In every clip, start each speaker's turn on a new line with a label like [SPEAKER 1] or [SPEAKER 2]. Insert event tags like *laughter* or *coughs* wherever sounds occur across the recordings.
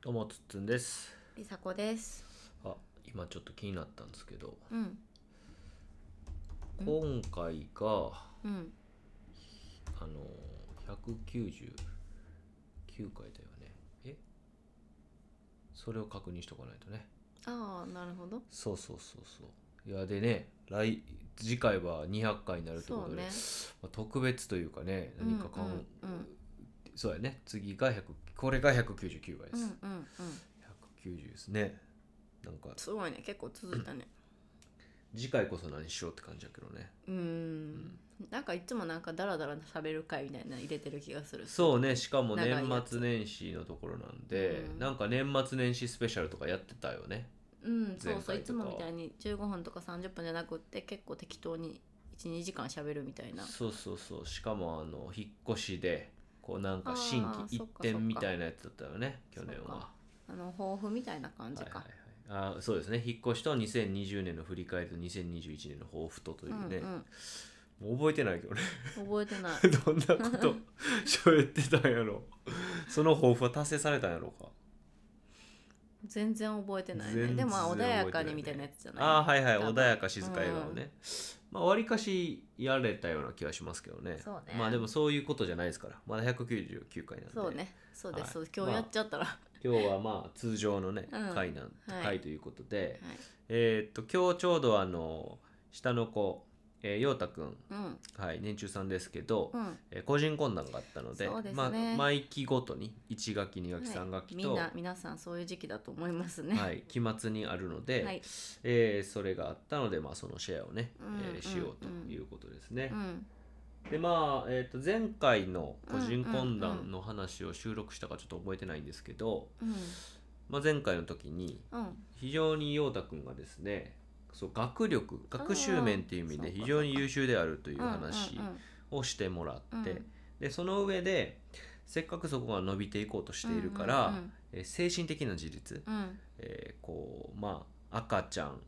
[SPEAKER 1] どうもつっつんです
[SPEAKER 2] りさこです。
[SPEAKER 1] あ今ちょっと気になったんですけど
[SPEAKER 2] うん。
[SPEAKER 1] 今回が
[SPEAKER 2] うん。
[SPEAKER 1] あの199回だよねえそれを確認しとかないとね
[SPEAKER 2] ああ、なるほど。
[SPEAKER 1] そうそうそうそういやでね来次回は200回になるってこ
[SPEAKER 2] そ
[SPEAKER 1] と
[SPEAKER 2] う
[SPEAKER 1] で、
[SPEAKER 2] ね。
[SPEAKER 1] まあ特別というかね何かかん、
[SPEAKER 2] うんうんうん
[SPEAKER 1] そうやね次が100これが199回で
[SPEAKER 2] うん
[SPEAKER 1] す、
[SPEAKER 2] うんうん。
[SPEAKER 1] 190ですねなんか
[SPEAKER 2] すごいね。結構続いたね。
[SPEAKER 1] 次回こそ何しようって感じだけどね
[SPEAKER 2] うーん。なんかいつもなんかダラダラ喋る会みたいなの入れてる気がする。
[SPEAKER 1] そうねしかも
[SPEAKER 2] 長いや
[SPEAKER 1] 年
[SPEAKER 2] つ
[SPEAKER 1] 末年始のところなんで、
[SPEAKER 2] うん
[SPEAKER 1] なんか年末年始スペシャルとかやってたよね
[SPEAKER 2] うん、そうそう。
[SPEAKER 1] 前回とか
[SPEAKER 2] いつもみたいに15分とか30分じゃなくって結構適当に1、2時間喋るみたいな。
[SPEAKER 1] そうそうそうしかもあの引っ越しでこうなん
[SPEAKER 2] あ
[SPEAKER 1] か
[SPEAKER 2] ー
[SPEAKER 1] 新規一
[SPEAKER 2] そっかそっか
[SPEAKER 1] 点みたいなやつだったよね去年
[SPEAKER 2] そう
[SPEAKER 1] は
[SPEAKER 2] か。あの、抱負みたいな感
[SPEAKER 1] は
[SPEAKER 2] じ
[SPEAKER 1] いはい
[SPEAKER 2] か。
[SPEAKER 1] はいあーそうですね引っ越しと2020年の振り返りと2021年の抱負とというね、
[SPEAKER 2] うん
[SPEAKER 1] もう覚えてないけどね *laughs*
[SPEAKER 2] うん。覚えてない。
[SPEAKER 1] どんなこと
[SPEAKER 2] *laughs*
[SPEAKER 1] 喋ってたんやろその抱負は達成されたんやろうか
[SPEAKER 2] 全然覚えてない
[SPEAKER 1] 全
[SPEAKER 2] ね。
[SPEAKER 1] 然
[SPEAKER 2] でもまあ
[SPEAKER 1] 覚えて
[SPEAKER 2] 穏
[SPEAKER 1] ないね
[SPEAKER 2] やかにみたいなやつじゃない。
[SPEAKER 1] ああはいはい
[SPEAKER 2] 多分
[SPEAKER 1] 穏やか静か笑顔ね、まあわりかしやれたような気はしますけどね
[SPEAKER 2] そうね
[SPEAKER 1] まあでもそういうことじゃないですからまだ199回なんで
[SPEAKER 2] そうね。そうです。そう
[SPEAKER 1] はい
[SPEAKER 2] 今日やっちゃったら。は
[SPEAKER 1] 今日はまあ通常のね、
[SPEAKER 2] うん
[SPEAKER 1] 回なん
[SPEAKER 2] はい
[SPEAKER 1] 回ということで、
[SPEAKER 2] い。
[SPEAKER 1] えーっと今日ちょうどあの下の子えー、陽太くん、
[SPEAKER 2] うん。
[SPEAKER 1] はい、年中さんですけど、
[SPEAKER 2] うん。
[SPEAKER 1] えー個人懇談があったので
[SPEAKER 2] そうですね
[SPEAKER 1] まあ、毎期ごとに1学期2学期
[SPEAKER 2] はい
[SPEAKER 1] 3学期
[SPEAKER 2] み
[SPEAKER 1] と、
[SPEAKER 2] ん
[SPEAKER 1] は
[SPEAKER 2] な皆さんそういう時期だと思います
[SPEAKER 1] い
[SPEAKER 2] ね。はい。
[SPEAKER 1] 期末にあるので、えーそれがあったので、まあ、そのシェアをね、
[SPEAKER 2] うん
[SPEAKER 1] えーしようということですね。
[SPEAKER 2] うん。
[SPEAKER 1] でまあ、えー、と前回の個人懇談の話を収録したかちょっと覚えてないんですけど、
[SPEAKER 2] うん。
[SPEAKER 1] まあ、前回の時に
[SPEAKER 2] うん。
[SPEAKER 1] 非常に陽太くんがですねそう学力学習面っていう意味で
[SPEAKER 2] そうか
[SPEAKER 1] 非常に優秀であるという
[SPEAKER 2] うん
[SPEAKER 1] 話をしてもらって、
[SPEAKER 2] うん
[SPEAKER 1] でその上でせっかくそこが伸びていこうとしているから、
[SPEAKER 2] うん
[SPEAKER 1] えー精神的な自立、
[SPEAKER 2] うんうん。
[SPEAKER 1] えーこうまあ赤ちゃん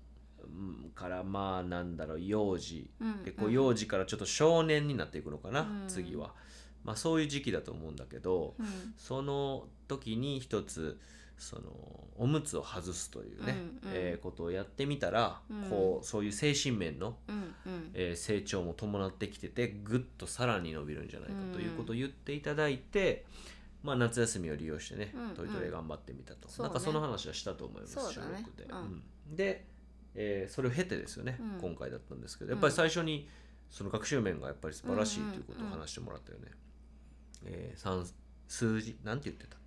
[SPEAKER 1] うんからまあなんだろう幼児
[SPEAKER 2] うん。
[SPEAKER 1] でこう
[SPEAKER 2] うん
[SPEAKER 1] 幼児からちょっと少年になっていくのかな、
[SPEAKER 2] うん
[SPEAKER 1] 次は、まあ、そういう時期だと思うんだけど
[SPEAKER 2] うん。
[SPEAKER 1] その時に一つそのおむつを外すというね、
[SPEAKER 2] うんうん
[SPEAKER 1] えーことをやってみたら、
[SPEAKER 2] うん
[SPEAKER 1] こうそういう精神面の、
[SPEAKER 2] うん。うん。
[SPEAKER 1] えー成長も伴ってきててぐっとさらに伸びるんじゃないかということを言っていただいて、まあ、夏休みを利用してね、
[SPEAKER 2] うんうん
[SPEAKER 1] トイトレ頑張ってみたと、
[SPEAKER 2] そう
[SPEAKER 1] な
[SPEAKER 2] ね
[SPEAKER 1] んかその話はしたと思います、
[SPEAKER 2] そうだね
[SPEAKER 1] 収録で、
[SPEAKER 2] うん
[SPEAKER 1] うんで、えーそれを経てですよね、
[SPEAKER 2] うん
[SPEAKER 1] 今回だったんですけどやっぱり最初にその学習面がやっぱり素晴らしいということを話してもらったよね、えー算数字なんて言ってたっけ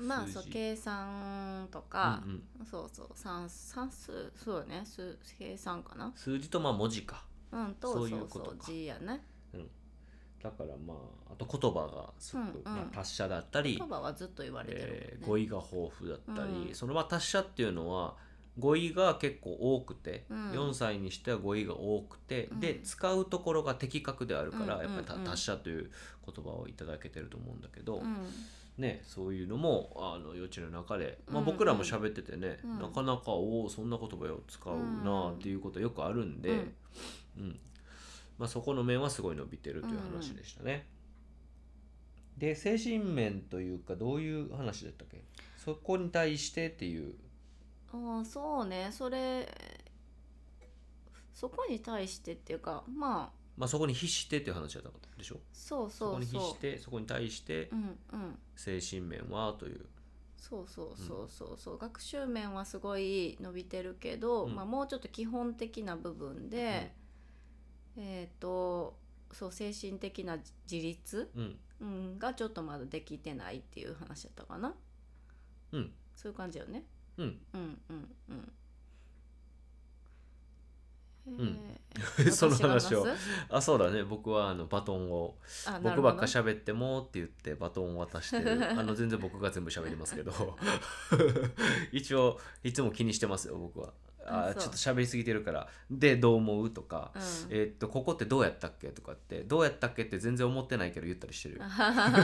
[SPEAKER 2] まあ
[SPEAKER 1] 数字
[SPEAKER 2] そう計算とか
[SPEAKER 1] うんう、ん
[SPEAKER 2] そうそう算算数そうよね数計算かな。
[SPEAKER 1] 数字とまあ文字か
[SPEAKER 2] うんと
[SPEAKER 1] そ
[SPEAKER 2] そうう
[SPEAKER 1] いうこと
[SPEAKER 2] そ
[SPEAKER 1] か
[SPEAKER 2] う字やね。
[SPEAKER 1] だからまああと言葉がすごく、
[SPEAKER 2] うん
[SPEAKER 1] ま
[SPEAKER 2] うん
[SPEAKER 1] あ、達者だったり
[SPEAKER 2] 言葉はずっと言われて
[SPEAKER 1] えー
[SPEAKER 2] るも
[SPEAKER 1] 語
[SPEAKER 2] んね。
[SPEAKER 1] 彙が豊富だったり、
[SPEAKER 2] うん
[SPEAKER 1] そのまあ達者っていうのは語彙が結構多くて、
[SPEAKER 2] うん
[SPEAKER 1] 4歳にしては語彙が多くて、
[SPEAKER 2] うん
[SPEAKER 1] で使うところが的確であるから、
[SPEAKER 2] う
[SPEAKER 1] やっ
[SPEAKER 2] ん
[SPEAKER 1] ぱり
[SPEAKER 2] うんうん
[SPEAKER 1] た達者という言葉をいただけてると思うんだけど、
[SPEAKER 2] うん。
[SPEAKER 1] ね、そういうのもあの幼稚園の中で、まあ、
[SPEAKER 2] うんうん
[SPEAKER 1] 僕らも喋っててね、
[SPEAKER 2] うん
[SPEAKER 1] なかなかおおそんな言葉を使うなあっていうことよくあるんで、う
[SPEAKER 2] うんん
[SPEAKER 1] まあ、そこの面はすごい伸びてるという話でしたね。で精神面というかどういう話だったっけそこに対してっていう
[SPEAKER 2] ああそうねそれそこに対してっていうかまあ
[SPEAKER 1] まあそこに比してっていう話だったでしょ
[SPEAKER 2] そう
[SPEAKER 1] そ
[SPEAKER 2] そ
[SPEAKER 1] こ
[SPEAKER 2] う
[SPEAKER 1] に比
[SPEAKER 2] そ
[SPEAKER 1] してそこに対して
[SPEAKER 2] う。うんうん。
[SPEAKER 1] 精神面はという。
[SPEAKER 2] そうそうそうそうそう、学習面はすごい伸びてるけど、
[SPEAKER 1] うん
[SPEAKER 2] まあ、もうちょっと基本的な部分で、えっ、とそう精神的な自立、
[SPEAKER 1] うん
[SPEAKER 2] うん、がちょっとまだできてないっていう話だったかな
[SPEAKER 1] うん
[SPEAKER 2] そういう感じよね
[SPEAKER 1] うん
[SPEAKER 2] うんうんうん
[SPEAKER 1] ん
[SPEAKER 2] えー
[SPEAKER 1] *laughs* その話
[SPEAKER 2] 私
[SPEAKER 1] を
[SPEAKER 2] が話す
[SPEAKER 1] あそうだね僕はあのバトンを
[SPEAKER 2] あな
[SPEAKER 1] 僕
[SPEAKER 2] るほど
[SPEAKER 1] ばっか喋ってもって言ってバトンを渡してる
[SPEAKER 2] *laughs*
[SPEAKER 1] あの全然僕が全部喋りますけど一応いつも気にしてますよ僕はあ
[SPEAKER 2] あそう
[SPEAKER 1] ちょっと喋りすぎてるからでどう思うとか、
[SPEAKER 2] うん
[SPEAKER 1] えーっとここってどうやったっけとかってどうやったっけって全然思ってないけど言ったりしてるよだか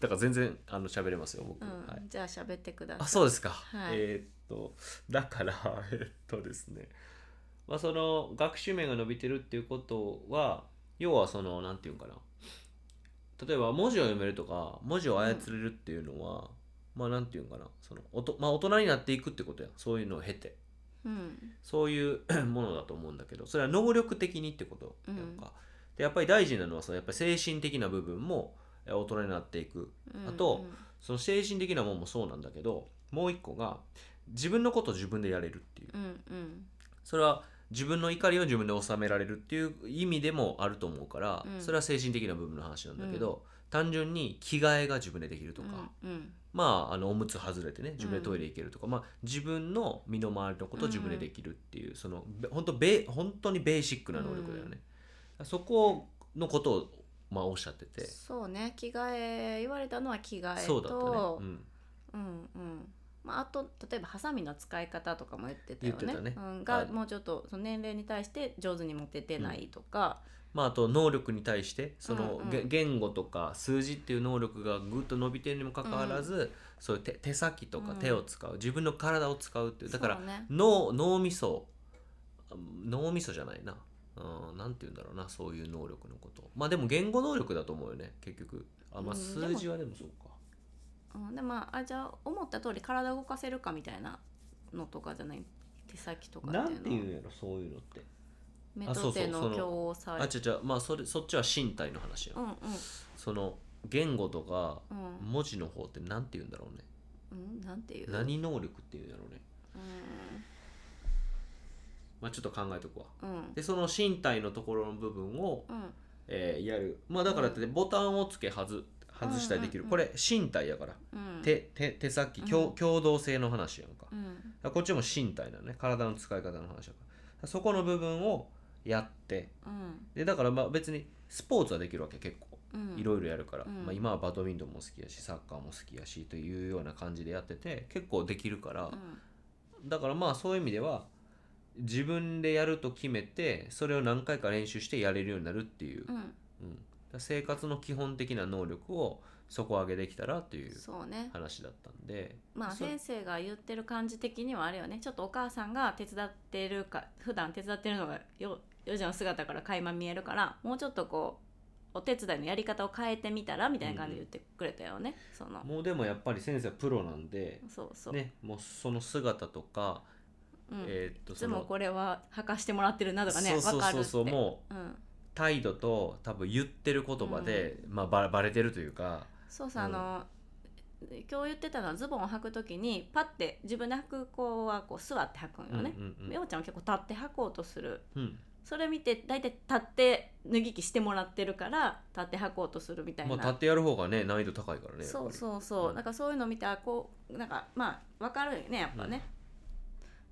[SPEAKER 1] ら全然あの喋れますよ僕、
[SPEAKER 2] *laughs* うん
[SPEAKER 1] はい、
[SPEAKER 2] じゃあ喋ってくださ
[SPEAKER 1] あ
[SPEAKER 2] い
[SPEAKER 1] そうですか、
[SPEAKER 2] はい
[SPEAKER 1] えーっとだから *laughs* えーっとですねまあその学習面が伸びてるっていうことは要はそのなんていうんかな例えば文字を読めるとか文字を操れるっていうのは、まあなんていうんかなそのおと、まあ、大人になっていくってことやそういうのを経て
[SPEAKER 2] うん
[SPEAKER 1] そういう *coughs* ものだと思うんだけどそれは能力的にってことやんか、でやっぱり大事なのはそのやっぱり精神的な部分もえ大人になっていく
[SPEAKER 2] うん
[SPEAKER 1] あとその精神的なもんもそうなんだけどもう一個が自分のことを自分でやれるっていう
[SPEAKER 2] うんうん
[SPEAKER 1] それは自分の怒りを自分で収められるっていう意味でもあると思うから、
[SPEAKER 2] うん
[SPEAKER 1] それは精神的な部分の話なんだけど、単純に着替えが自分でできるとか、
[SPEAKER 2] うん
[SPEAKER 1] まああのおむつ外れてね自分でトイレ行けるとか、まあ、自分の身の回りのことを自分でできるっていう、そのべ本当べ本当にベーシックな能力だよね、そこのことを、まあ、おっしゃって
[SPEAKER 2] うん、
[SPEAKER 1] て、
[SPEAKER 2] そうね着替え言われたのは着替えと
[SPEAKER 1] そうだったね、うん、
[SPEAKER 2] うんうんまあ、あと例えばハサミの使い方とかも言ってたよね
[SPEAKER 1] 言ってたね
[SPEAKER 2] うん、
[SPEAKER 1] は
[SPEAKER 2] が
[SPEAKER 1] い
[SPEAKER 2] もうちょっとその年齢に対して上手に持ててないとか、
[SPEAKER 1] まあ、あと能力に対してその、
[SPEAKER 2] うんうん
[SPEAKER 1] げ言語とか数字っていう能力がぐっと伸びてるにもかかわらず、そういう手手先とか
[SPEAKER 2] うん
[SPEAKER 1] 手を使う、自分の体を使うっていうだから
[SPEAKER 2] そうね
[SPEAKER 1] 脳脳みそうん脳みそじゃないなうんなんて言うんだろうなそういう能力のことまあでも言語能力だと思うよね結局あまあ
[SPEAKER 2] うんでも
[SPEAKER 1] 数字はでもそうか、
[SPEAKER 2] うん、でまああじゃあ思った通り体動かせるかみたいなのとかじゃない手先とかっ
[SPEAKER 1] な
[SPEAKER 2] て
[SPEAKER 1] ん
[SPEAKER 2] いう
[SPEAKER 1] て
[SPEAKER 2] の
[SPEAKER 1] 言うんやろそういうのって
[SPEAKER 2] 目
[SPEAKER 1] あそ
[SPEAKER 2] と
[SPEAKER 1] うそう
[SPEAKER 2] 手
[SPEAKER 1] そ
[SPEAKER 2] の
[SPEAKER 1] の
[SPEAKER 2] 強さ
[SPEAKER 1] あ違う違うまあそれそっちは身体の話や、
[SPEAKER 2] うんうん
[SPEAKER 1] その言語とか
[SPEAKER 2] うん
[SPEAKER 1] 文字の方ってなんて言うんだろうね
[SPEAKER 2] うんなんていう
[SPEAKER 1] 何能力っていうんやろうね
[SPEAKER 2] う
[SPEAKER 1] まあ、ちょっと考えとくわ
[SPEAKER 2] んうん
[SPEAKER 1] でその身体のところの部分を、
[SPEAKER 2] うん
[SPEAKER 1] えーやるまあだからだってボタンをつけ外外したりできる、
[SPEAKER 2] うんうん
[SPEAKER 1] これ身体やから、
[SPEAKER 2] うん
[SPEAKER 1] 手手手先共,、
[SPEAKER 2] うん
[SPEAKER 1] 共同性の話やんか,、
[SPEAKER 2] うん
[SPEAKER 1] こっちも身体なのね体の使い方の話やからそこの部分をやって
[SPEAKER 2] うん
[SPEAKER 1] でだからまあ別にスポーツはできるわけ結構
[SPEAKER 2] うん
[SPEAKER 1] いろいろやるから、
[SPEAKER 2] うん
[SPEAKER 1] まあ、今はバドミントンも好きやしサッカーも好きやしというような感じでやってて結構できるから、
[SPEAKER 2] うん
[SPEAKER 1] だからまあそういう意味では自分でやると決めてそれを何回か練習してやれるようになるっていう、
[SPEAKER 2] うん
[SPEAKER 1] うんだから生活の基本的な能力を底上げできたらという
[SPEAKER 2] そうね
[SPEAKER 1] 話だったんで
[SPEAKER 2] まあ
[SPEAKER 1] そう
[SPEAKER 2] 先生が言ってる感じ的にはあれよねちょっとお母さんが手伝ってるか普段手伝ってるのがよヨジの姿から垣間見えるからもうちょっとこうお手伝いのやり方を変えてみたらみたいな感じで言ってくれたよね、その
[SPEAKER 1] もうでもやっぱり先生はプロなんで、
[SPEAKER 2] そうそう、
[SPEAKER 1] ね、もうその姿とか、
[SPEAKER 2] うん
[SPEAKER 1] えーっ
[SPEAKER 2] い
[SPEAKER 1] と
[SPEAKER 2] つ
[SPEAKER 1] そ
[SPEAKER 2] も
[SPEAKER 1] の
[SPEAKER 2] これは履かしてもらってるなとかね
[SPEAKER 1] そう
[SPEAKER 2] わ
[SPEAKER 1] そう
[SPEAKER 2] かる
[SPEAKER 1] そ
[SPEAKER 2] っ
[SPEAKER 1] う
[SPEAKER 2] て
[SPEAKER 1] そうもう
[SPEAKER 2] うん、
[SPEAKER 1] 態度と多分言ってる言葉で、まあババレてるというか
[SPEAKER 2] そうさ、あの今日言ってたのはズボンを履くときにパッて自分で履く子はこう座って履くんよね
[SPEAKER 1] う、んうん
[SPEAKER 2] ようちゃんは結構立って履こうとする
[SPEAKER 1] うんうん
[SPEAKER 2] それ見て大体立って脱ぎ着してもらってるから立って履こうとするみたい
[SPEAKER 1] ま
[SPEAKER 2] な、
[SPEAKER 1] あ、立ってやる方がね難易度高いからねやっぱり
[SPEAKER 2] そうそうそう、
[SPEAKER 1] うん
[SPEAKER 2] なんかそういうの見てあこうなんかまあ分かるよねやっぱね、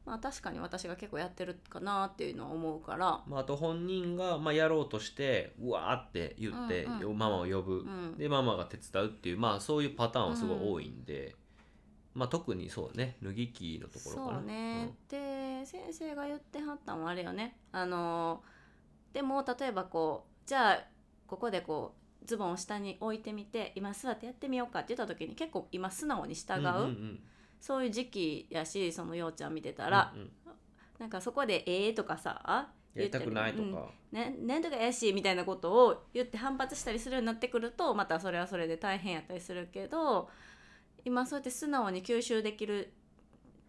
[SPEAKER 2] まあ確かに私が結構やってるかなっていうのは思うから
[SPEAKER 1] まあ、あと本人が、まあ、やろうとしてうわーって言って、
[SPEAKER 2] うんうん
[SPEAKER 1] よママを呼ぶ、
[SPEAKER 2] うん
[SPEAKER 1] でママが手伝うっていう、まあ、そういうパターンはすごい多いんで、まあ、特にそうね脱ぎ着のところかな
[SPEAKER 2] そうね、で先生が言ってはったのはあれよねあのーでも例えばこうじゃあここでこうズボンを下に置いてみて今座ってやってみようかって言った時に結構今素直に
[SPEAKER 1] うん、
[SPEAKER 2] 従う、
[SPEAKER 1] んん
[SPEAKER 2] そういう時期やしそのようちゃん見てたら、
[SPEAKER 1] うんうん
[SPEAKER 2] なんかそこで「ええ」とかさ
[SPEAKER 1] やりたくないと
[SPEAKER 2] うん
[SPEAKER 1] か、
[SPEAKER 2] ね、なんとかやしみたいなことを言って反発したりするようになってくるとまたそれはそれで大変やったりするけど今そうやって素直に吸収できる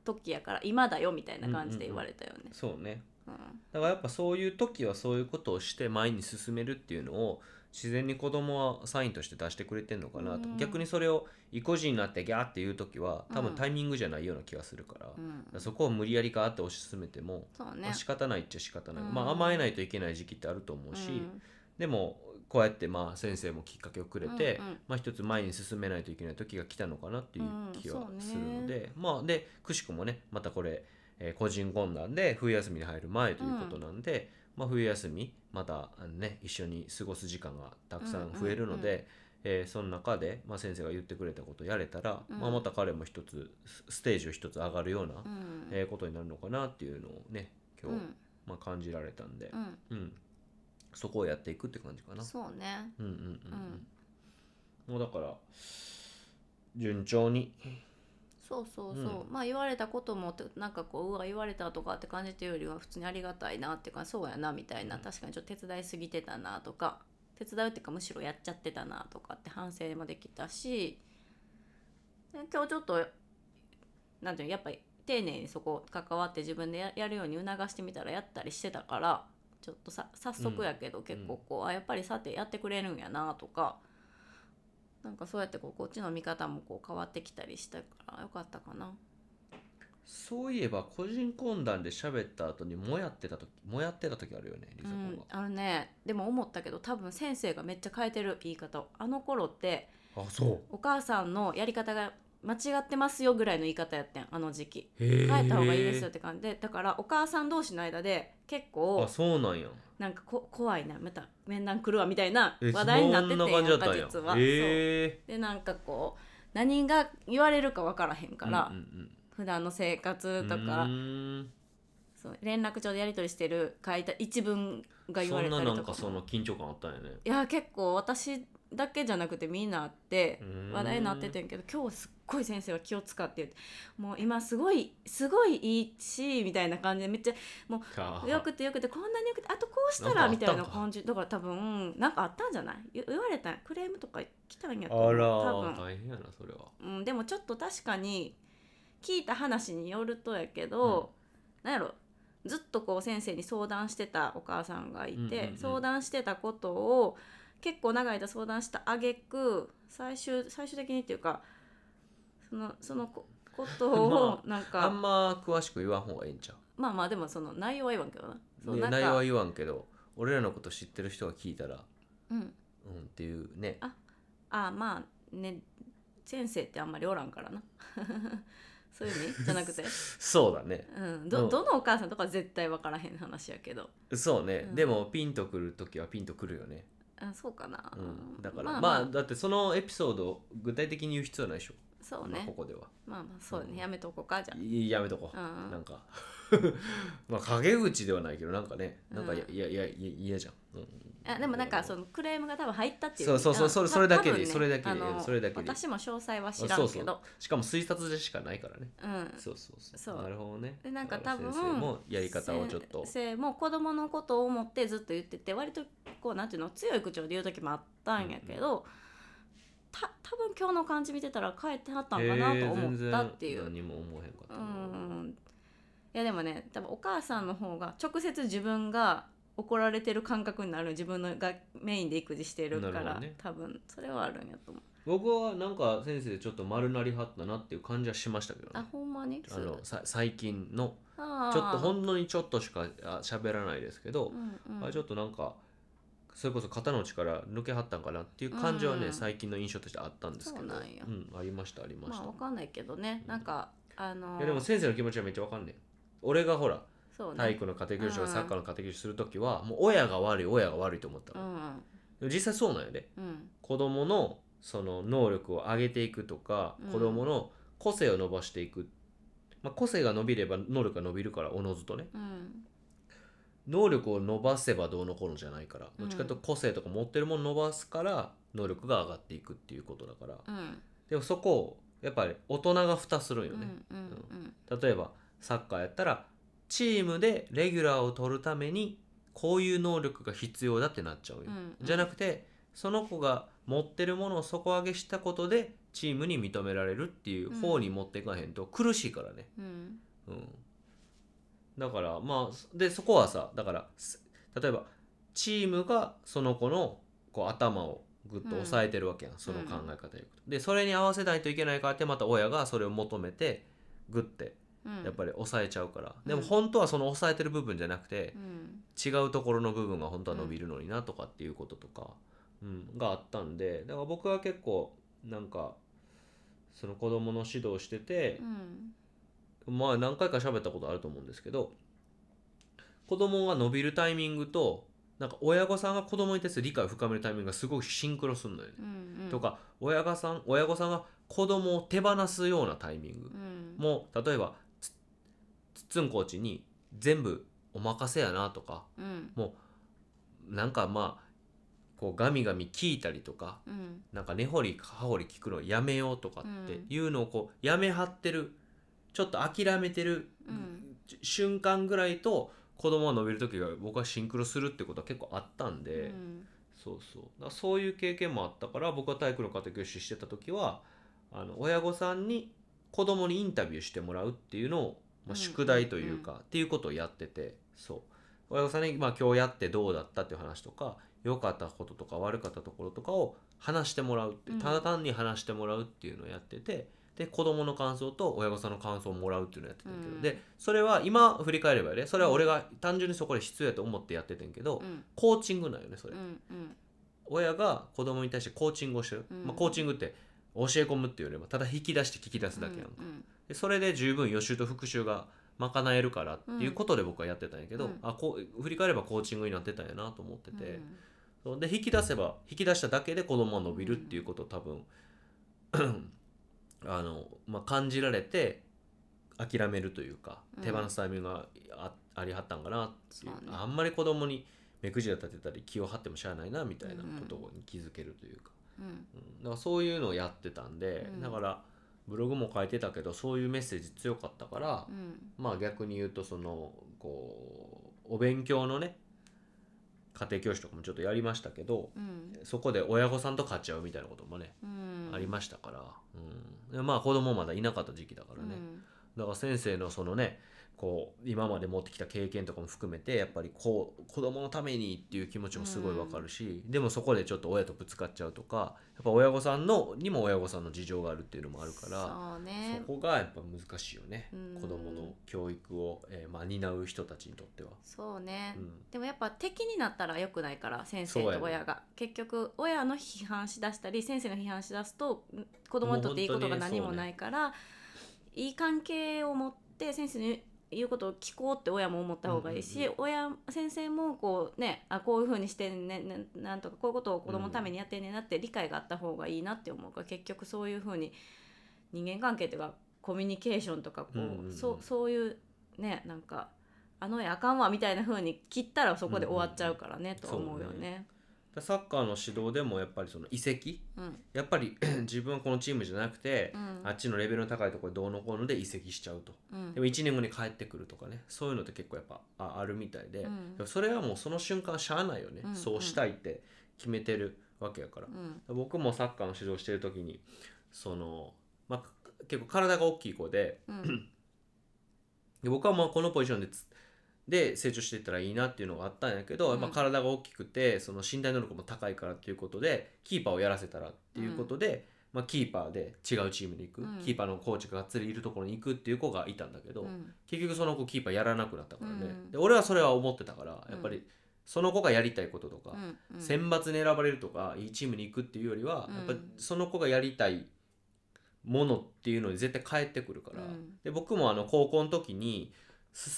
[SPEAKER 2] 時やから今だよみたいな感じで言われたよね。
[SPEAKER 1] そうね
[SPEAKER 2] うん
[SPEAKER 1] だからやっぱそういう時はそういうことをして前に進めるっていうのを自然に子供はサインとして出してくれてるのかなと、
[SPEAKER 2] うん
[SPEAKER 1] 逆にそれを意固地になってギャーっていう時は多
[SPEAKER 2] う
[SPEAKER 1] 分
[SPEAKER 2] ん
[SPEAKER 1] タイミングじゃないような気がするから,、だか
[SPEAKER 2] うん
[SPEAKER 1] らそこを無理やりガーって推し進めても
[SPEAKER 2] そう
[SPEAKER 1] ま
[SPEAKER 2] ね
[SPEAKER 1] あ、仕方ないっちゃ仕方ない、
[SPEAKER 2] うん
[SPEAKER 1] まあ甘えないといけない時期ってあると思うし、
[SPEAKER 2] うん
[SPEAKER 1] でもこうやってまあ先生もきっかけをくれて、
[SPEAKER 2] うんうん
[SPEAKER 1] まあ、一つ前に進めないといけない時が来たのかなっていう気は
[SPEAKER 2] うん
[SPEAKER 1] するので、まあでくしくもねまたこれ、えー個人懇談で冬休みに入る前ということなんで、まあ、冬休みまたあのね一緒に過ごす時間がたくさん増えるので。
[SPEAKER 2] うんうんう
[SPEAKER 1] えーその中で、まあ、先生が言ってくれたことをやれたら、
[SPEAKER 2] うん
[SPEAKER 1] まあ、また彼も一つスステージを一つ上がるような、
[SPEAKER 2] うん
[SPEAKER 1] えーことになるのかなっていうのをね今
[SPEAKER 2] う
[SPEAKER 1] 日、
[SPEAKER 2] ん
[SPEAKER 1] まあ、感じられたんで
[SPEAKER 2] う、ん
[SPEAKER 1] うんそこをやっていくって感じかな。
[SPEAKER 2] そうね
[SPEAKER 1] うんうんうんうん、もうだから順調に、
[SPEAKER 2] そうそうそう、
[SPEAKER 1] う
[SPEAKER 2] まあ言われたこともてなんかこううわ言われたとかって感じというよりは普通にありがたいなっていうかそうやなみたいな
[SPEAKER 1] うん
[SPEAKER 2] 確かにちょっと手伝いすぎてたなとか手伝うっていうかむしろやっちゃってたなとかって反省もできたしで今日ちょっとなんていうのやっぱり丁寧にそこ関わって自分でややるように促してみたらやったりしてたからちょっとさ早速やけど結構こう、あやっぱりさてやってくれるんやなとかなんかそうやってこうこっちの見方もこう変わってきたりしたからよかったかな。
[SPEAKER 1] そういえば個人懇談で喋った後にもやってた時もやってた時あるよねリ
[SPEAKER 2] う
[SPEAKER 1] サ子が、
[SPEAKER 2] ん、あのねでも思ったけど多分先生がめっちゃ変えてる言い方をあの頃って
[SPEAKER 1] あそ
[SPEAKER 2] お母さんのやり方が間違ってますよぐらいの言い方やってんあの時期
[SPEAKER 1] うへえ
[SPEAKER 2] 変えた方がいいですよって感じでだからお母さん同士の間で結構
[SPEAKER 1] あそうなんや
[SPEAKER 2] なんかこ怖いなまた面談来るわみたいな
[SPEAKER 1] え
[SPEAKER 2] 話題になってて
[SPEAKER 1] そんな感じだったん
[SPEAKER 2] や
[SPEAKER 1] や
[SPEAKER 2] っぱ実は、
[SPEAKER 1] へえ
[SPEAKER 2] そうでなんかこう何が言われるか分からへんから、
[SPEAKER 1] うんうん
[SPEAKER 2] 普段の生
[SPEAKER 1] う
[SPEAKER 2] 活
[SPEAKER 1] ん
[SPEAKER 2] と
[SPEAKER 1] う
[SPEAKER 2] か
[SPEAKER 1] ーん
[SPEAKER 2] そう連絡帳でやり取りしてる書いた一文が言わ
[SPEAKER 1] そん
[SPEAKER 2] れたり
[SPEAKER 1] なな
[SPEAKER 2] と
[SPEAKER 1] んか
[SPEAKER 2] か
[SPEAKER 1] その緊張感あったんやね
[SPEAKER 2] いや結構私だけじゃなくてみんなあって
[SPEAKER 1] うーん
[SPEAKER 2] 話題になっててんけど今日すっごい先生は気を使って言ってもう今すごいすごいいいしみたいな感じでめっち
[SPEAKER 1] あ
[SPEAKER 2] ゃ
[SPEAKER 1] ー
[SPEAKER 2] よくてよくてこんなによくてあとこうした
[SPEAKER 1] なん
[SPEAKER 2] ら
[SPEAKER 1] かあ
[SPEAKER 2] み
[SPEAKER 1] ったんか
[SPEAKER 2] たいな感じだから多分なんかあったんじゃない言言われたんクレームとか来たんやと思
[SPEAKER 1] あ
[SPEAKER 2] う
[SPEAKER 1] ら
[SPEAKER 2] 多分、
[SPEAKER 1] 大変やなそれは
[SPEAKER 2] うん、でもちょっと確かに聞いた話によるとやけど、なんやろずっとこう先生に相談してたお母さんがいて、
[SPEAKER 1] うんうんうん
[SPEAKER 2] 相談してたことを結構長い間相談した挙句最終最終的にっていうかそのそのここと
[SPEAKER 1] *laughs*
[SPEAKER 2] をなんか、
[SPEAKER 1] あんま詳しく言わん方がいいんちゃ
[SPEAKER 2] まあまあでもその内容は言わんけどな。そう
[SPEAKER 1] う、ね、
[SPEAKER 2] なんか
[SPEAKER 1] 内容は言わんけど俺らのこと知ってる人が聞いたら
[SPEAKER 2] うん、
[SPEAKER 1] うんっていうね
[SPEAKER 2] あああまあね先生ってあんまりおらんからな *laughs* そういう意味じゃなくて、
[SPEAKER 1] そうだね
[SPEAKER 2] うん、ど
[SPEAKER 1] うん
[SPEAKER 2] どのお母さんとかは絶対分からへん話やけど
[SPEAKER 1] そうね、
[SPEAKER 2] うん
[SPEAKER 1] でもピンとくる時はピンとくるよね、
[SPEAKER 2] あそうかな、
[SPEAKER 1] うん、だからま
[SPEAKER 2] ま
[SPEAKER 1] あ、
[SPEAKER 2] あ、まあ
[SPEAKER 1] だってそのエピソードを具体的に言う必要はないでしょ
[SPEAKER 2] そう
[SPEAKER 1] まあこ
[SPEAKER 2] ね
[SPEAKER 1] こでは
[SPEAKER 2] まあまあそう
[SPEAKER 1] うん
[SPEAKER 2] ねやめとこうかじゃ
[SPEAKER 1] いやめとこう、
[SPEAKER 2] うん
[SPEAKER 1] なんか *laughs* まあ陰口ではないけどなんかねなんか
[SPEAKER 2] うん
[SPEAKER 1] や、いやいやいや嫌じゃん、うん
[SPEAKER 2] ああでもなんかそのクレームが多分入ったっていう
[SPEAKER 1] そうそうそうそれ
[SPEAKER 2] ん
[SPEAKER 1] それだけで
[SPEAKER 2] 多分
[SPEAKER 1] それだけで
[SPEAKER 2] あの
[SPEAKER 1] それだけで
[SPEAKER 2] 私も詳細は知ら
[SPEAKER 1] そうんそ
[SPEAKER 2] け
[SPEAKER 1] う
[SPEAKER 2] ど
[SPEAKER 1] しかも推察でしかないからね、
[SPEAKER 2] うん
[SPEAKER 1] そうそうそう
[SPEAKER 2] そう
[SPEAKER 1] なるほどね
[SPEAKER 2] でなんか
[SPEAKER 1] だら
[SPEAKER 2] 多分
[SPEAKER 1] 先生もやり方をちょっと
[SPEAKER 2] 先生も子供のことを思ってずっと言ってて割とこうなんていうの強い口調で言う時もあったんやけど、た多分今日の感じ見てたら帰ってはったんかなと思ったってい
[SPEAKER 1] へー
[SPEAKER 2] う
[SPEAKER 1] 全然何も思えへんかった
[SPEAKER 2] う
[SPEAKER 1] な、
[SPEAKER 2] んいやでもね多分お母さんの方が直接自分が怒られてる感覚になる自分のがメインで育児してるか
[SPEAKER 1] なる
[SPEAKER 2] ら
[SPEAKER 1] ほどね
[SPEAKER 2] 多分それはあるんやと思う
[SPEAKER 1] 僕はなんか先生ちょっと丸なりはったなっていう感じはしましたけどね
[SPEAKER 2] あほんまに
[SPEAKER 1] あのさ最近の
[SPEAKER 2] あー
[SPEAKER 1] ちょっとほんのにちょっとしかあ喋らないですけど
[SPEAKER 2] う、んうん
[SPEAKER 1] あれちょっとなんかそれこそ肩の力抜けはったんかなっていう感じはね、
[SPEAKER 2] うん
[SPEAKER 1] 最近の印象としてあったんですけど
[SPEAKER 2] そうなんや
[SPEAKER 1] んありましたありまし
[SPEAKER 2] ま
[SPEAKER 1] た、
[SPEAKER 2] あわかんないけどねなんかあの
[SPEAKER 1] いやでも先生の気持ちはめっちゃわかんねえ俺がほら
[SPEAKER 2] そうね
[SPEAKER 1] 体育の家庭教師と
[SPEAKER 2] う
[SPEAKER 1] か
[SPEAKER 2] ん
[SPEAKER 1] サッカーの家庭教師する時はもう親が悪い親が悪いと思った
[SPEAKER 2] う
[SPEAKER 1] の、
[SPEAKER 2] ん
[SPEAKER 1] 実際そうなんよね
[SPEAKER 2] うん
[SPEAKER 1] 子供のその能力を上げていくとか、
[SPEAKER 2] うん
[SPEAKER 1] 子供の個性を伸ばしていく、まあ、個性が伸びれば能力が伸びるからおのずとね
[SPEAKER 2] うん
[SPEAKER 1] 能力を伸ばせばどうのこうのじゃないから
[SPEAKER 2] う
[SPEAKER 1] ど
[SPEAKER 2] ん
[SPEAKER 1] っちかというと個性とか持ってるもの伸ばすから能力が上がっていくっていうことだから
[SPEAKER 2] うん
[SPEAKER 1] でもそこをやっぱり大人が蓋するん
[SPEAKER 2] う
[SPEAKER 1] よね、
[SPEAKER 2] んうんうん
[SPEAKER 1] 例えばサッカーやったらチームでレギュラーを取るためにこういう能力が必要だってなっちゃうよ、
[SPEAKER 2] うん
[SPEAKER 1] じゃなくてその子が持ってるものを底上げしたことでチームに認められるっていう方に持っていかへんと苦しいからね、
[SPEAKER 2] うん
[SPEAKER 1] うん、だからまあでそこはさだからす例えばチームがその子のこう頭をぐっと押さえてるわけやん、その考え方でいくとでそれに合わせないといけないからってまた親がそれを求めてグッて
[SPEAKER 2] うん
[SPEAKER 1] やっぱり抑えちゃうから、
[SPEAKER 2] うん
[SPEAKER 1] でも本当はその抑えてる部分じゃなくて
[SPEAKER 2] う、ん
[SPEAKER 1] 違うところの部分が本当は伸びるのになとかっていうこととか、うん、があったんでだから僕は結構なんかその子供の指導してて
[SPEAKER 2] う、ん
[SPEAKER 1] まあ何回か喋ったことあると思うんですけど子供が伸びるタイミングとなんか親御さんが子供に対する理解を深めるタイミングがすごくシンクロするのよね。
[SPEAKER 2] うんうん
[SPEAKER 1] とか親御さん親御さんが子供を手放すようなタイミング
[SPEAKER 2] うん
[SPEAKER 1] もう例えばつつっつんコーチに全部お任せやなとか
[SPEAKER 2] うん
[SPEAKER 1] なんかまあこうガミガミ聞いたりとか
[SPEAKER 2] うん
[SPEAKER 1] なんか根掘り葉掘り聞くのやめようとかっていうのをこうやめはってるちょっと諦めてる、
[SPEAKER 2] うん
[SPEAKER 1] じ瞬間ぐらいと子供が伸びる時が僕はシンクロするってことは結構あったんで、
[SPEAKER 2] うん
[SPEAKER 1] そうそうだからそういう経験もあったから僕は体育の家庭教師してた時はあの親御さんに子供にインタビューしてもらうっていうのを、ま
[SPEAKER 2] うん
[SPEAKER 1] あ、宿題というか、っていうことをやっててそう親御さんに、まあ、今日やってどうだったっていう話とか良かったこととか悪かったところとかを話してもらうっていう
[SPEAKER 2] うん
[SPEAKER 1] ただ単に話してもらうっていうのをやってて、で子供の感想と親御さんの感想をもらうっていうのをやってたんやけど、
[SPEAKER 2] うん
[SPEAKER 1] でそれは今振り返ればねそれは俺が単純にそこで必要やと思ってやっててんけど、
[SPEAKER 2] うん
[SPEAKER 1] コーチングなんよねそれ。
[SPEAKER 2] うんうん
[SPEAKER 1] 親が子供に対してコーチングをしてる、
[SPEAKER 2] うん
[SPEAKER 1] まあ、コーチングって教え込むっていうよりもただ引き出して聞き出すだけやんか、
[SPEAKER 2] うん
[SPEAKER 1] でそれで十分予習と復習が賄えるからっていうことで僕はやってたんやけど、
[SPEAKER 2] うん
[SPEAKER 1] あこう振り返ればコーチングになってたんやなと思って
[SPEAKER 2] うん
[SPEAKER 1] て、
[SPEAKER 2] うん
[SPEAKER 1] そうで引き出せば引き出しただけで子供は伸びるっていうことを多分 *clears throat* あの、まあ、感じられて諦めるというか
[SPEAKER 2] うん
[SPEAKER 1] 手放すタイミングがあ,、ありはったんかなっていう
[SPEAKER 2] そうね
[SPEAKER 1] あんまり子供に目くじら立てたり気を張ってもしゃあないなみたいなことに気づけるというか,、
[SPEAKER 2] うん
[SPEAKER 1] うんだからそういうのをやってたんで、
[SPEAKER 2] うん
[SPEAKER 1] だからブログも書いてたけどそういうメッセージ強かったから、
[SPEAKER 2] うん
[SPEAKER 1] まあ逆に言うとそのこうお勉強のね家庭教師とかもちょっとやりましたけど
[SPEAKER 2] うん
[SPEAKER 1] そこで親御さんと勝ち合うみたいなこともね、
[SPEAKER 2] うん
[SPEAKER 1] ありましたから、うん、でまあ子供まだいなかった時期だからね、
[SPEAKER 2] うん
[SPEAKER 1] だから先生のそのねこう今まで持ってきた経験とかも含めてやっぱりこう子供のためにっていう気持ちもすごいわかるし、でもそこでちょっと親とぶつかっちゃうとかやっぱ親御さんのにも親御さんの事情があるっていうのもあるから。
[SPEAKER 2] そうね
[SPEAKER 1] そこがやっぱ難しいよね、
[SPEAKER 2] うん
[SPEAKER 1] 子どもの教育を、えーまあ、担う人たちにとっては。
[SPEAKER 2] そうね
[SPEAKER 1] うん
[SPEAKER 2] でもやっぱ敵になったら良くないから先生
[SPEAKER 1] そうや
[SPEAKER 2] と
[SPEAKER 1] ね
[SPEAKER 2] 親が、結局親の批判しだしたり先生の批判しだすとん子供にとっていいこと
[SPEAKER 1] も
[SPEAKER 2] が何
[SPEAKER 1] う本当にそう
[SPEAKER 2] も
[SPEAKER 1] ね
[SPEAKER 2] ないから、いい関係を持って先生に言うことを聞こうって親も思った方がいいし、
[SPEAKER 1] うんうんう
[SPEAKER 2] 親先生もこうねあこういうふうにしてんねねなんとかこういうことを子供のためにやってんねんなって理解があった方がいいなって思うから結局そういうふうに人間関係とかコミュニケーションとかこう、
[SPEAKER 1] うんうんうん
[SPEAKER 2] そそういうねなんかあの絵あかんわみたいな風に切ったらそこで終わっちゃうからね、
[SPEAKER 1] うん
[SPEAKER 2] と思うよね。
[SPEAKER 1] でサッカーの指導でもやっぱりその移籍
[SPEAKER 2] うん
[SPEAKER 1] やっぱり *clears throat* 自分はこのチームじゃなくて
[SPEAKER 2] う、ん
[SPEAKER 1] あっちのレベルの高いところでどうのこうので移籍しちゃうと
[SPEAKER 2] うん
[SPEAKER 1] でも1年後に帰ってくるとかねそういうのって結構やっぱああるみたいで、
[SPEAKER 2] うん
[SPEAKER 1] でもそれはもうその瞬間しゃあないよね、
[SPEAKER 2] うん
[SPEAKER 1] そうしたいって決めてるわけやから、
[SPEAKER 2] うん
[SPEAKER 1] 僕もサッカーの指導してる時にその、まあ、結構体が大きい子で
[SPEAKER 2] うん
[SPEAKER 1] で僕はまあこのポジションでつで成長していったらいいなっていうのがあったんやけど、
[SPEAKER 2] うん
[SPEAKER 1] まあ、体が大きくてその身体能力も高いからっていうことでキーパーをやらせたらっていうことで、まあ、キーパーで違うチームに行く、
[SPEAKER 2] うん
[SPEAKER 1] キーパーのコーチががっつりいるところに行くっていう子がいたんだけど、
[SPEAKER 2] うん
[SPEAKER 1] 結局その子キーパーやらなくなったからね、
[SPEAKER 2] うん
[SPEAKER 1] で俺はそれは思ってたからやっぱ
[SPEAKER 2] う
[SPEAKER 1] りその子がやりたいこととか、
[SPEAKER 2] うんうん
[SPEAKER 1] 選抜に選ばれるとかいいチームに行くっていうよりは、
[SPEAKER 2] うん
[SPEAKER 1] やっぱその子がやりたいものっていうのに絶対返ってくるから、
[SPEAKER 2] うん
[SPEAKER 1] で僕もあの高校の時に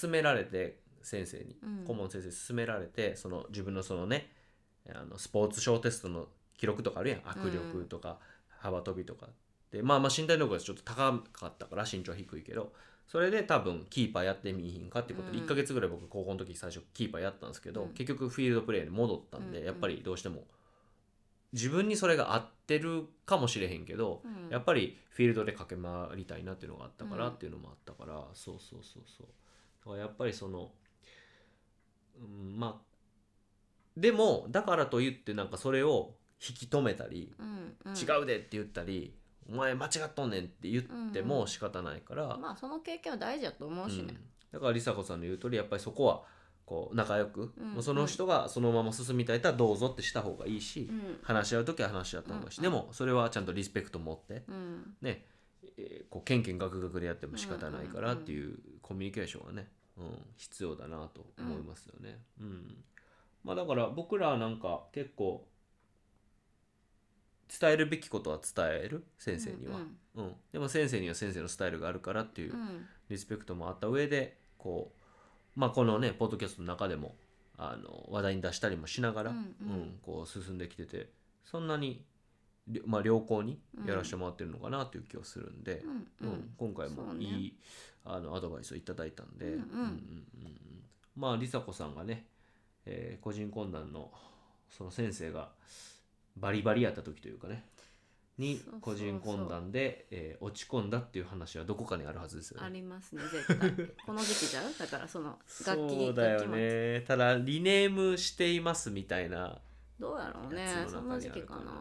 [SPEAKER 1] 勧められて先生に、
[SPEAKER 2] うん
[SPEAKER 1] 顧問先生に勧められてその自分のそのねあのスポーツ小テストの記録とかあるやん握力とか幅跳びとかでまあまあ身体能力がちょっと高かったから身長は低いけどそれで多分キーパーやってみいひんかってことで
[SPEAKER 2] うん
[SPEAKER 1] 1ヶ月ぐらい僕高校の時最初キーパーやったんですけど、
[SPEAKER 2] うん
[SPEAKER 1] 結局フィールドプレーに戻ったんで、
[SPEAKER 2] うん
[SPEAKER 1] やっぱりどうしても自分にそれが合ってるかもしれへんけど、
[SPEAKER 2] うん
[SPEAKER 1] やっぱりフィールドで駆け回りたいなっていうのがあったから
[SPEAKER 2] うん
[SPEAKER 1] っていうのもあったから、そうそうそうそうだからやっぱりその、うん、まあでもだからといってなんかそれを引き止めたり、
[SPEAKER 2] うんうん
[SPEAKER 1] 違うでって言ったりお前間違っとんねんって言っても仕方ないから、
[SPEAKER 2] まあその経験は大事だと思うしね。
[SPEAKER 1] だから梨紗子さんの言う通りやっぱりそこはこう仲良く、
[SPEAKER 2] うん
[SPEAKER 1] もうその人がそのまま進みたいとはどうぞってした方がいいし、
[SPEAKER 2] うん
[SPEAKER 1] 話し合う時は話し合った方がいいし、
[SPEAKER 2] うん
[SPEAKER 1] でもそれはちゃんとリスペクト持って
[SPEAKER 2] うん
[SPEAKER 1] ね、えーこうケンケンガクガクでやっても仕方ないから
[SPEAKER 2] う
[SPEAKER 1] っ
[SPEAKER 2] んうんうん
[SPEAKER 1] ていうコミュニケーションはね、うん、必要だなと思いますよね。うんまあ、だから僕らなんか結構伝えるべきことは伝える先生には、
[SPEAKER 2] うん
[SPEAKER 1] うんでも先生には先生のスタイルがあるからっていううんリスペクトもあった上でこう、まあ、このねポッドキャストの中でもあの話題に出したりもしながら、
[SPEAKER 2] うんうん
[SPEAKER 1] うんこう進んできててそんなに、りょまあ、良好にやらせてもらってるのかなという気がするんで、
[SPEAKER 2] うん
[SPEAKER 1] う
[SPEAKER 2] うんん
[SPEAKER 1] 今回
[SPEAKER 2] そ
[SPEAKER 1] も
[SPEAKER 2] う
[SPEAKER 1] い
[SPEAKER 2] ね
[SPEAKER 1] い、あのアドバイスをいただいたんで、
[SPEAKER 2] うんうん
[SPEAKER 1] うんうんまあ梨紗子さんがね、えー個人懇談のその先生がバリバリやった時というかねに
[SPEAKER 2] そうそうそう
[SPEAKER 1] 個人懇談でえー落ち込んだっていう話はどこかにあるはずですよね
[SPEAKER 2] あ。りますね絶対この時期じゃうだからその楽器
[SPEAKER 1] そうだよ
[SPEAKER 2] 楽器も
[SPEAKER 1] ねただリネームしていますみたいな
[SPEAKER 2] どうやろうね
[SPEAKER 1] やつ
[SPEAKER 2] そ
[SPEAKER 1] の
[SPEAKER 2] んな
[SPEAKER 1] 中に
[SPEAKER 2] 時
[SPEAKER 1] あ
[SPEAKER 2] 期
[SPEAKER 1] る
[SPEAKER 2] か
[SPEAKER 1] か
[SPEAKER 2] な
[SPEAKER 1] な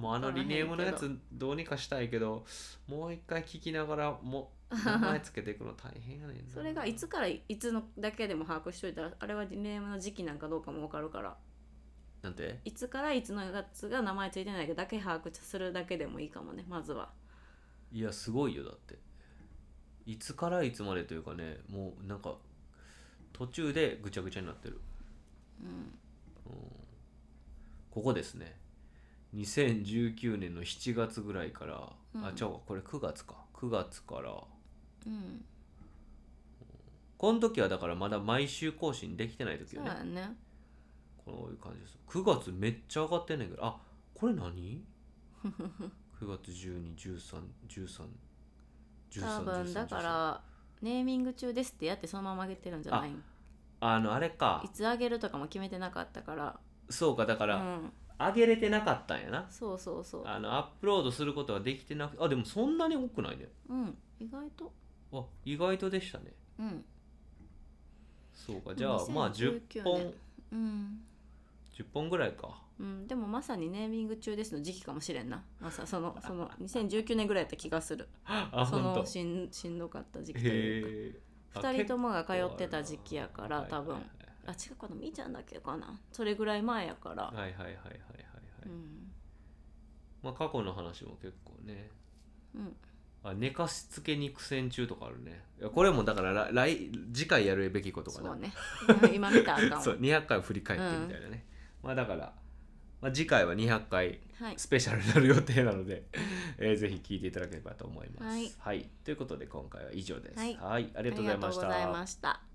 [SPEAKER 1] もうあのリネームのや
[SPEAKER 2] わ
[SPEAKER 1] つどうにかしたいけどもう一回聞きながら
[SPEAKER 2] *laughs*
[SPEAKER 1] も名前つけていくの大変やねんな
[SPEAKER 2] それがいつからいつのだけでも把握しといたらあれはリネームの時期なんかどうかも分かるから
[SPEAKER 1] なんて
[SPEAKER 2] いつからいつのやつが名前ついてないだけ把握するだけでもいいかもねまずはい
[SPEAKER 1] やすごいよだっていつからいつまでというかねもうなんか途中でぐちゃぐちゃになってる、
[SPEAKER 2] うん
[SPEAKER 1] うん、ここですね2019年の7月ぐらいから、あ
[SPEAKER 2] うん
[SPEAKER 1] ちゃうわこれ9月か9月から
[SPEAKER 2] うん
[SPEAKER 1] この時はだからまだ毎週更新できてない時
[SPEAKER 2] そ
[SPEAKER 1] よ
[SPEAKER 2] う
[SPEAKER 1] ね
[SPEAKER 2] やね
[SPEAKER 1] こういう感じです9月めっちゃ上がってんねんけどあこれ
[SPEAKER 2] *laughs*
[SPEAKER 1] 何 ?9 月121313
[SPEAKER 2] 多分だからネーミング中ですってやってそのまま上げてるんじゃないの
[SPEAKER 1] あのあれか
[SPEAKER 2] いつ上げるとかも決めてなかったから
[SPEAKER 1] そうかだか
[SPEAKER 2] う
[SPEAKER 1] ら、
[SPEAKER 2] ん
[SPEAKER 1] 上げれてなかったんやな
[SPEAKER 2] そうそうそう
[SPEAKER 1] あのアップロードすることができてなくあでもそんなに多くないね
[SPEAKER 2] うん意外と
[SPEAKER 1] あ意外とでしたね
[SPEAKER 2] うん
[SPEAKER 1] そうかじゃあ
[SPEAKER 2] 2019
[SPEAKER 1] まあ10本
[SPEAKER 2] 年うん
[SPEAKER 1] 10本ぐらい
[SPEAKER 2] *laughs*
[SPEAKER 1] か
[SPEAKER 2] うん、でもまさにネーミング中ですの時期かもしれんな、まさその
[SPEAKER 1] *laughs*
[SPEAKER 2] その2019年ぐらいやった気がする
[SPEAKER 1] あ
[SPEAKER 2] そ
[SPEAKER 1] ほん
[SPEAKER 2] の
[SPEAKER 1] と
[SPEAKER 2] しんしんどかった時期という
[SPEAKER 1] へえ
[SPEAKER 2] か2人ともが通ってた時期やから多分あ
[SPEAKER 1] は
[SPEAKER 2] 違うかなみーちゃんだけかなそれぐらい前やから、
[SPEAKER 1] いはいはいはいはいはいはいはい
[SPEAKER 2] うん
[SPEAKER 1] まあ過去の話も結構ね
[SPEAKER 2] うん
[SPEAKER 1] あ寝かしつけに苦戦中とかあるねいやこれもだからら来次回やるべきことかな
[SPEAKER 2] そう
[SPEAKER 1] *laughs*
[SPEAKER 2] ね今見たらあかん
[SPEAKER 1] そう
[SPEAKER 2] わ
[SPEAKER 1] 200回を振り返ってみたいなね、まあだから、まあ、次回は200回
[SPEAKER 2] はい
[SPEAKER 1] スペシャルになる予定なので、 *laughs* えーぜひ聞いていただければと思います、
[SPEAKER 2] はい
[SPEAKER 1] ということで今回は以上です
[SPEAKER 2] はい
[SPEAKER 1] はいありがとうございました
[SPEAKER 2] ありがとうございました